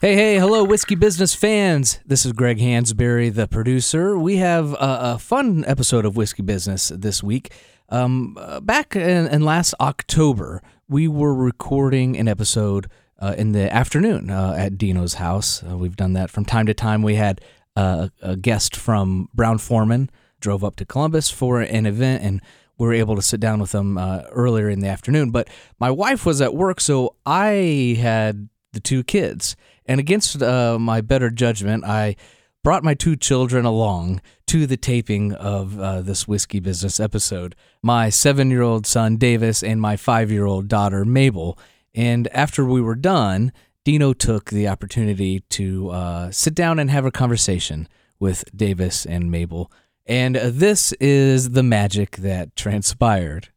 Hey, hey, hello, whiskey business fans. This is Greg Hansberry, the producer. We have a, a fun episode of Whiskey Business this week. Um, uh, back in, in last October, we were recording an episode uh, in the afternoon uh, at Dino's house. Uh, we've done that from time to time. We had uh, a guest from Brown Foreman drove up to Columbus for an event, and we were able to sit down with them uh, earlier in the afternoon. But my wife was at work, so I had the two kids. And against uh, my better judgment, I brought my two children along to the taping of uh, this whiskey business episode. My seven year old son, Davis, and my five year old daughter, Mabel. And after we were done, Dino took the opportunity to uh, sit down and have a conversation with Davis and Mabel. And uh, this is the magic that transpired.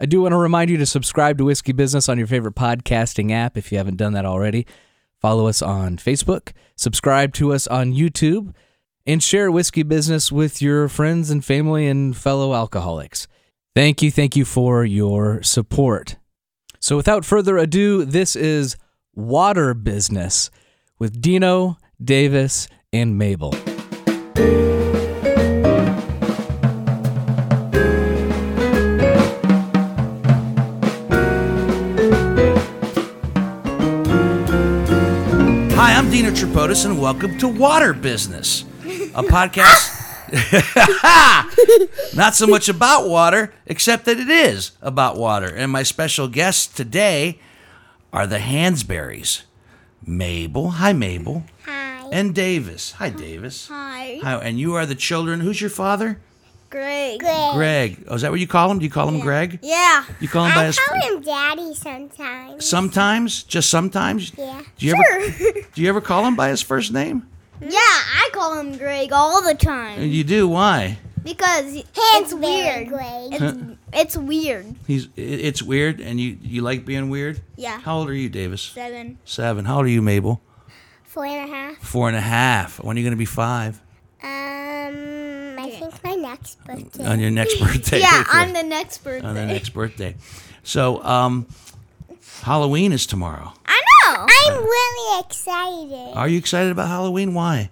I do want to remind you to subscribe to Whiskey Business on your favorite podcasting app if you haven't done that already. Follow us on Facebook, subscribe to us on YouTube, and share Whiskey Business with your friends and family and fellow alcoholics. Thank you, thank you for your support. So, without further ado, this is Water Business with Dino, Davis, and Mabel. Hi, I'm Dino Tripodis, and welcome to Water Business, a podcast not so much about water, except that it is about water. And my special guests today are the Hansberries, Mabel. Hi, Mabel. Hi. And Davis. Hi, Davis. Hi. Hi. And you are the children. Who's your father? Greg. Greg. Oh, is that what you call him? Do you call him Greg? Yeah. You call him by I his. call him Daddy sometimes. Sometimes, just sometimes. yeah. Do you sure. ever do you ever call him by his first name? yeah, I call him Greg all the time You do. Why? because it's weird. It's, it's weird. He's i- it's weird, and you you like being weird. Yeah. How old are you, Davis? Seven. Seven. How old are you, Mabel? Four and a half. Four and a half. When are you gonna be five? Um, I think my next birthday. On your next birthday. yeah, Correct. on the next birthday. on their next birthday. So um, Halloween is tomorrow. I know. I'm really excited Are you excited about Halloween? Why?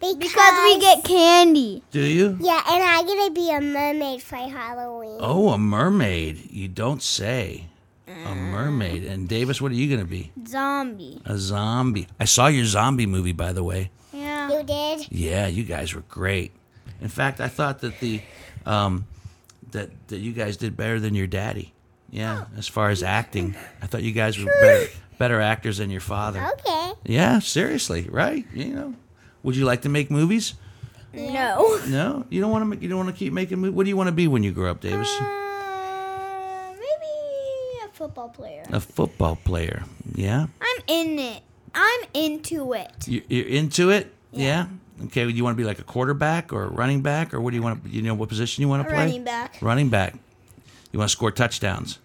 because, we get candy. Do you? Yeah, and I'm gonna be a mermaid for Halloween. Oh, a mermaid. You don't say. A Uh. mermaid. And Davis, what are you gonna be? Zombie. A zombie. I saw your zombie movie, by the way. Yeah. You did. Yeah, you guys were great. In fact, I thought that the um, that that you guys did better than your daddy. Yeah, as far as acting, I thought you guys were better better actors than your Oh. father. Okay. Yeah, seriously, right? You know, would you like to make movies? No. No, you don't want to. Make, you don't want to keep making. movies? What do you want to be when you grow up, Davis? Uh, maybe a football player. A football player. Yeah, I'm in it. I'm into it. you, you're into it. Yeah. Okay. Do you want to be like a quarterback or a running back, or what do you want to? You know, what position you want to play? Running back. Running back. You want to score touchdowns.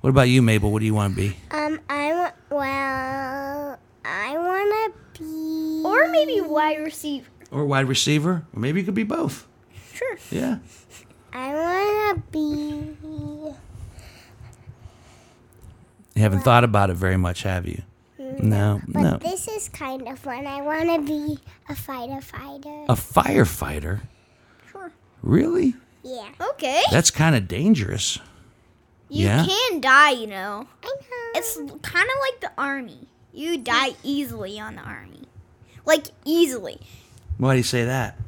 What about you, Mabel? What do you want to be? Um, I want. Well, I want to be. Or maybe wide receiver. Or wide receiver? Or maybe you could be both. Sure. Yeah. I want to be. Oh. You haven't thought about it very much, have you? No, But no. this is kind of fun. I want to be a fighter fighter. A firefighter? Sure. Really? Yeah. Oh. Okay. That's kind of dangerous. You Yeah? can die, you know. I know. It's kind of like the army. You die easily on the army. Like, easily. Why do you say that?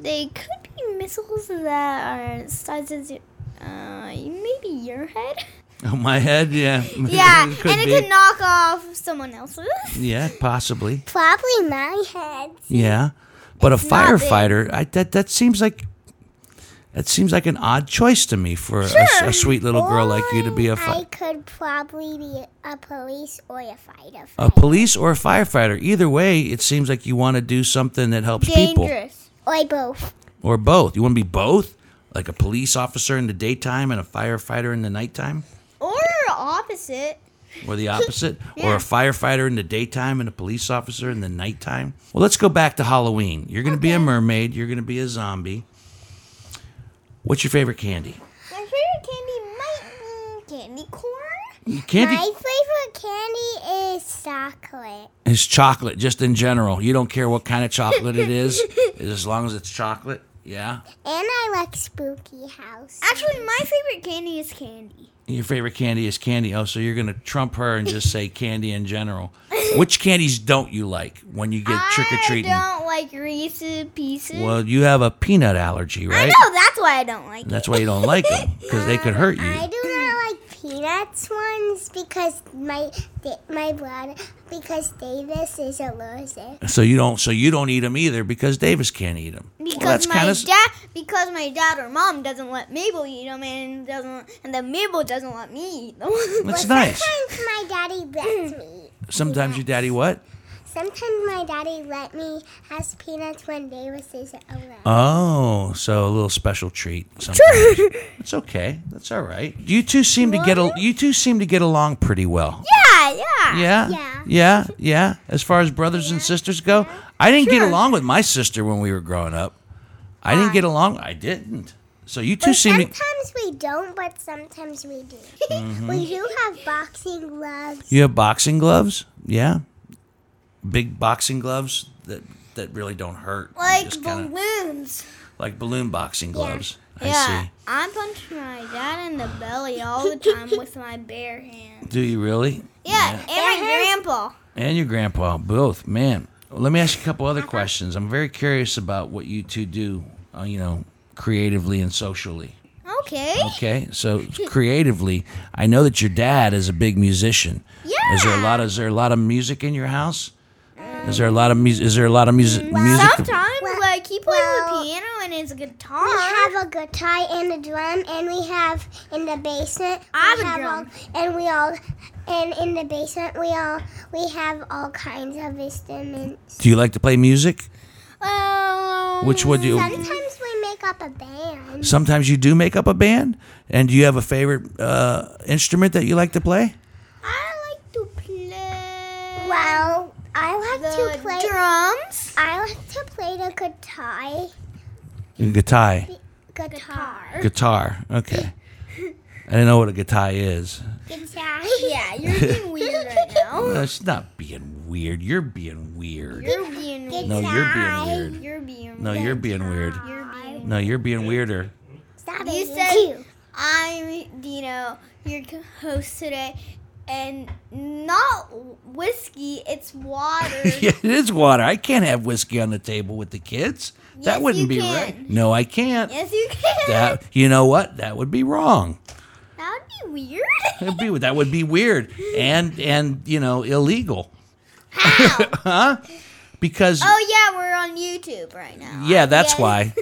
They could be missiles that are sized as your, uh, maybe your head. Oh, my head? Yeah. Yeah, and could it be. could knock off someone else's. Yeah, possibly. probably my head. Yeah. But a not big. firefighter, I, that, that seems like. That seems like an odd choice to me for a- a, sweet little girl like you to be a fi- I could probably be a police or a fighter. a police or a firefighter. Either way, it seems like you want to do something that helps people Dangerous. Or both. or both. You want to be both, like a police officer in the daytime and a firefighter in the nighttime, Or opposite. or the opposite, or a firefighter in the daytime and a police officer in the nighttime. Well, let's go back to Halloween. You're going to be a mermaid, you're going to be a zombie. What's your favorite candy? My favorite candy might be candy corn. Candy My favorite candy is sour chocolate. It's chocolate, just in general. You don't care what kind of chocolate it is, as long as it's chocolate. Yeah. And I like spooky house. Actually, my favorite candy is candy. Your favorite candy is candy. Oh, so you're gonna trump her and just say candy in general. Which candies don't you like when you get trick or treating? I don't like Reese's Pieces. Well, you have a peanut allergy, I right? know that's why I don't like it. That's why you don't like them because they could hurt I you. do not like peanuts ones because my da- my brother because Davis is allergic. So you don't. So you don't eat them either because Davis can't eat them. Because my kinda s- dad, because my dad or mom doesn't let Mabel eat them, and doesn't, and then Mabel doesn't let me eat them. That's nice. Sometimes my daddy lets me. eat. Sometimes your daddy what? Sometimes my daddy let me have peanuts when Davis is allergic. Oh, so a little special treat. Sometimes. it's okay. That's all right. You two seem to get al- you two seem to get along pretty well. yeah, yeah. Yeah. Yeah. Yeah. yeah. As far as brothers and sisters go, I didn't get along with my sister when we were growing up. I didn't get along. I didn't. So you two seem to. Mm-hmm. Sometimes we don't, but sometimes we do. we do have boxing gloves. You have boxing gloves. Yeah. Big boxing gloves that that really don't hurt. You Like just kinda- balloons. like balloon boxing gloves. I yeah, see. I'm punching my dad in the belly all the time with my bare hand. Do you really? Yeah, and my grandpa. And your grandpa, both, man. Let me ask you a couple other questions. I'm very curious about what you two do, uh, you know, creatively and socially. Okay. Okay, so creatively, I know that your dad is a big musician. Yeah. Is there a lot? Of, is there a lot of music in your house? Is there a lot of music? Is there a lot of music? music Sometimes, like he plays well, the piano and his guitar. We have a guitar and a drum, and we have in the basement. I have we a drum. All, and we all, and in the basement we all we have all kinds of instruments. do you like to play music? Um, Which would you? Sometimes we make up a band. Sometimes you do make up a band. And do you have a favorite uh, instrument that you like to play? I like to play Well, I like the to play. drums. I like to play the guitar. Guitar. Guitar. Guitar. Okay. I didn't know what a guitar is. Guitar. Yeah, you're being weird right now. No, it's not being weird. You're being weird. You're being weird. No, you're being weird. You're being. No, you're being weird. You're being. No, you're being weirder. Stop You it. said- too. I'm Dino, your co- host today, and not whiskey. It's water. Yeah, it is water. I can't have whiskey on the table with the kids. that Yes, wouldn't you be can. right. No, I can't. Yes, you can. That you know what? That would be wrong. that would be weird. That'd be that would be weird and and you know illegal, huh? Because Oh yeah, we're on YouTube right now. yeah, that's Yes. why.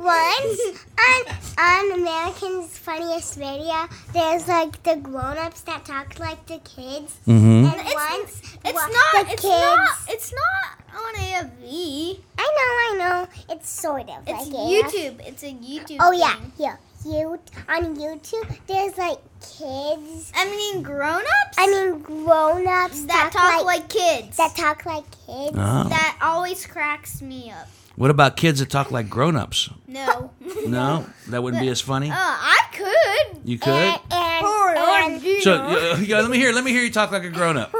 Once on, on American's Funniest Video, there's like the grown-ups that talk like the kids, hmm and once It's wa- not. the It's kids. not. It's not on AFV. I know, I know. It's sort of It's like AF. YouTube. It's a YouTube. Oh yeah, thing. yeah. You on YouTube, there's like kids. I mean, grown-ups I mean, grown-ups that talk like, kids. that talk like kids. Oh. that always cracks me up. What about kids that talk like grown-ups? No. No, that wouldn't be as funny. Uh, I could. Oh, You could. And, and, Or- or and do So not. uh, yeah, let me hear. Let me hear you talk like a grown-up. I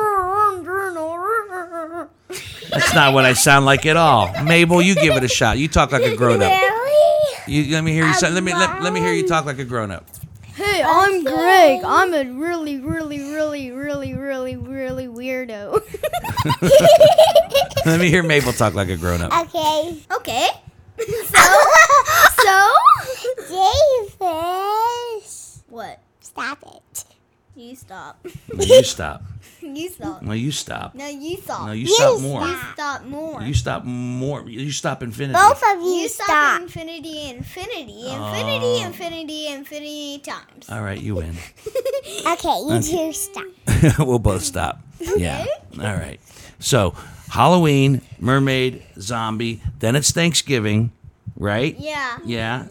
That's not what I sound like at all. Mabel, you give it a shot. You talk like a grown-up. really, You, let me hear you. Say, let me let, let me hear you talk like a grown up. Hey, I'm Greg. I'm a really, really, really, really, really, really weirdo. Let me hear Mabel talk like a grown up. okay, okay. So, so Davis, what? stop it. You stop. No, you stop. You stop. No, you stop. No, you stop. No, you stop You more. stop. stop more. You stop more. You stop infinity. Both of you, You stop, stop. infinity, infinity, infinity, Oh. Uh, infinity, infinity times. All right, you win. Okay, you two stop. we'll both stop. Yeah. All right. So Halloween, mermaid, zombie. Then it's Thanksgiving, right? Yeah. Yeah.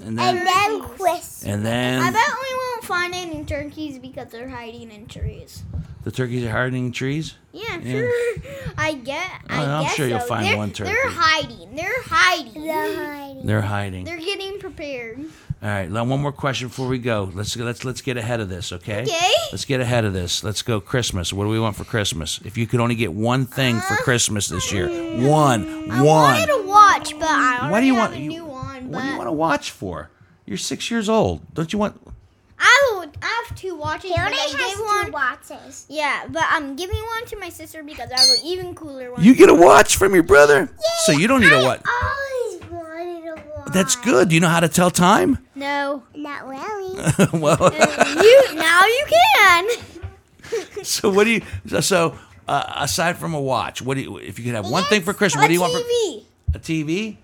And And then then Chris. and I then bet we won't find any turkeys because they're hiding in trees. the turkeys are hardening trees. Yeah, Yeah. sure. I get. I Well, I'm guess sure you'll so. find they're, one They're turkey. hiding. They're hiding. The hiding. They're hiding. They're getting prepared. All right, now one more question before we go. Let's let's let's get ahead of this, okay? Okay. Let's get ahead of this. Let's go Christmas. What do we want for Christmas? If you could only get one thing for Christmas this year, one, Uh, I one. wanted a watch, but I already What do you want? have a you- new one. what do you but want to watch for? You're six years old. Don't you want? I would. I have two watches. He but only I has gave two one. watches. Yeah, but I'm giving one to my sister because I have an even cooler one. You get a watch from your brother, so you don't need a watch. Oh, Always wanted a watch. That's Uh-uh. good. Do you know how to tell time? no. Not really. well, you now you can. so what do you? So uh, aside from a watch, what do you? If you could have one thing for Christmas, what a do you want for TV. a TV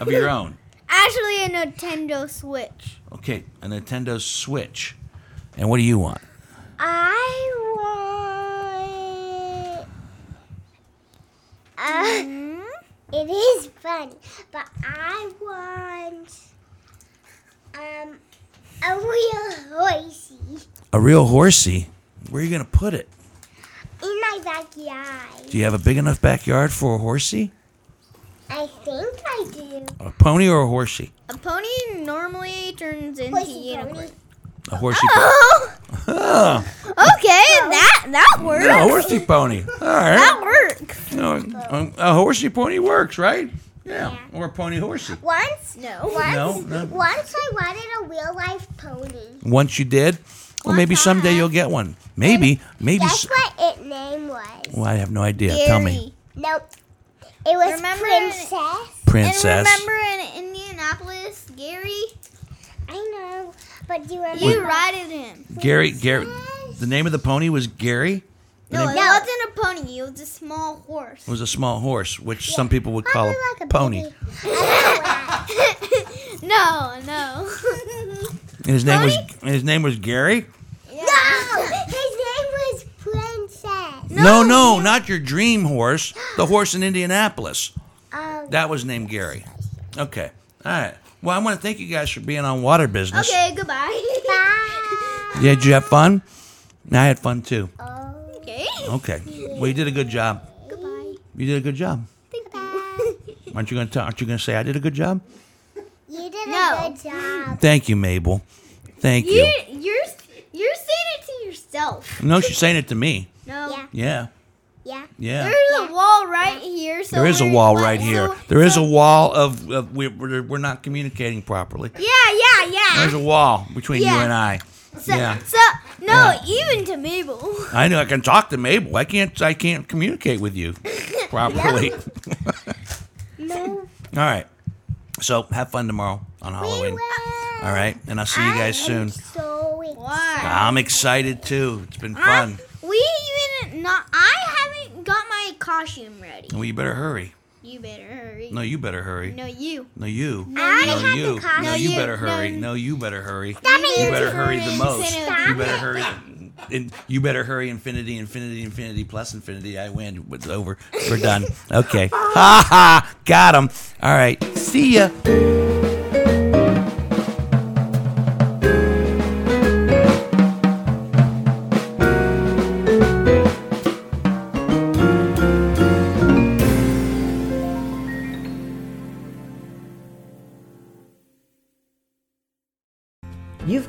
of your own? Actually, a Nintendo Switch. Okay, a Nintendo Switch. And what do you want? I want. Uh, it is fun, but I want um a real horsey A real horsey. Where are you going to put it? in my backyard. Do you have a big enough backyard for a horsey? I think I do. A pony or a horsey? A pony normally turns into Horsey unicorn. pony. A horsey Oh, pony. okay, that that works. Yeah, a horsey pony. All That right. works. You know, a, a horsey pony works, right? Yeah. Or a pony horsey. Once, No. once, No, no. once I wanted a real life pony. Once you did, well, maybe someday you'll get one. Maybe. Maybe. Guess s- what its name was? Well, I have no idea. Tell me. Gary. Nope. It was Remember- Princess. And Princess. remember in Indianapolis, Gary, I know, but do you remember? you rided him. Gary, Gary. The name of the pony was Gary. No, it No. wasn't a pony. It was a small horse. It was a small horse, which some people would call Probably a like a pony. baby. I no, no. And his name was and his name was Gary. know why. no, his name was Princess. No, no, not your dream horse. The horse in Indianapolis. Um, That was named Gary. Okay. All right. Well, I want to thank you guys for being on Water Business. okay, goodbye. bye. Yeah, did you have fun? I had fun too. Oh, Okay. Okay. Well, you did a good job. Goodbye. You did a good job. bye. Aren't you going to aren't you going to say I did a good job? You did a No. good job. Thank you, Mabel. Thank You, you. you're you're saying it to yourself. No, she's saying it to me. No. Yeah, Yeah. yeah. Yeah. There's a wall right here. So There is a we're- wall what- right so- here. There is a so- wall of, of we're, we're we're not communicating properly. Yeah, yeah, yeah. There's a wall between you Yeah. and I. so, yeah. so no, even to Mabel. I know I can talk to Mabel. I can't. I can't communicate with you properly. All No, right. So have fun tomorrow on Halloween. All right, and I'll see you guys soon. So excited. Why? I'm excited too. It's been I- fun. we even not. I haven't got my costume ready. Well, you better hurry. You better hurry. No, you better hurry. No, you. No, you. I No, had you. the costume. No, No, you you. better hurry. No. No, you better hurry. Stop it, You you better two hurry the freaks. most. Infinity. You better hurry. And you better hurry. Infinity, infinity, infinity, plus infinity. I win. It's over. We're done. Okay. Ha ha. Got him. All right. See ya. You've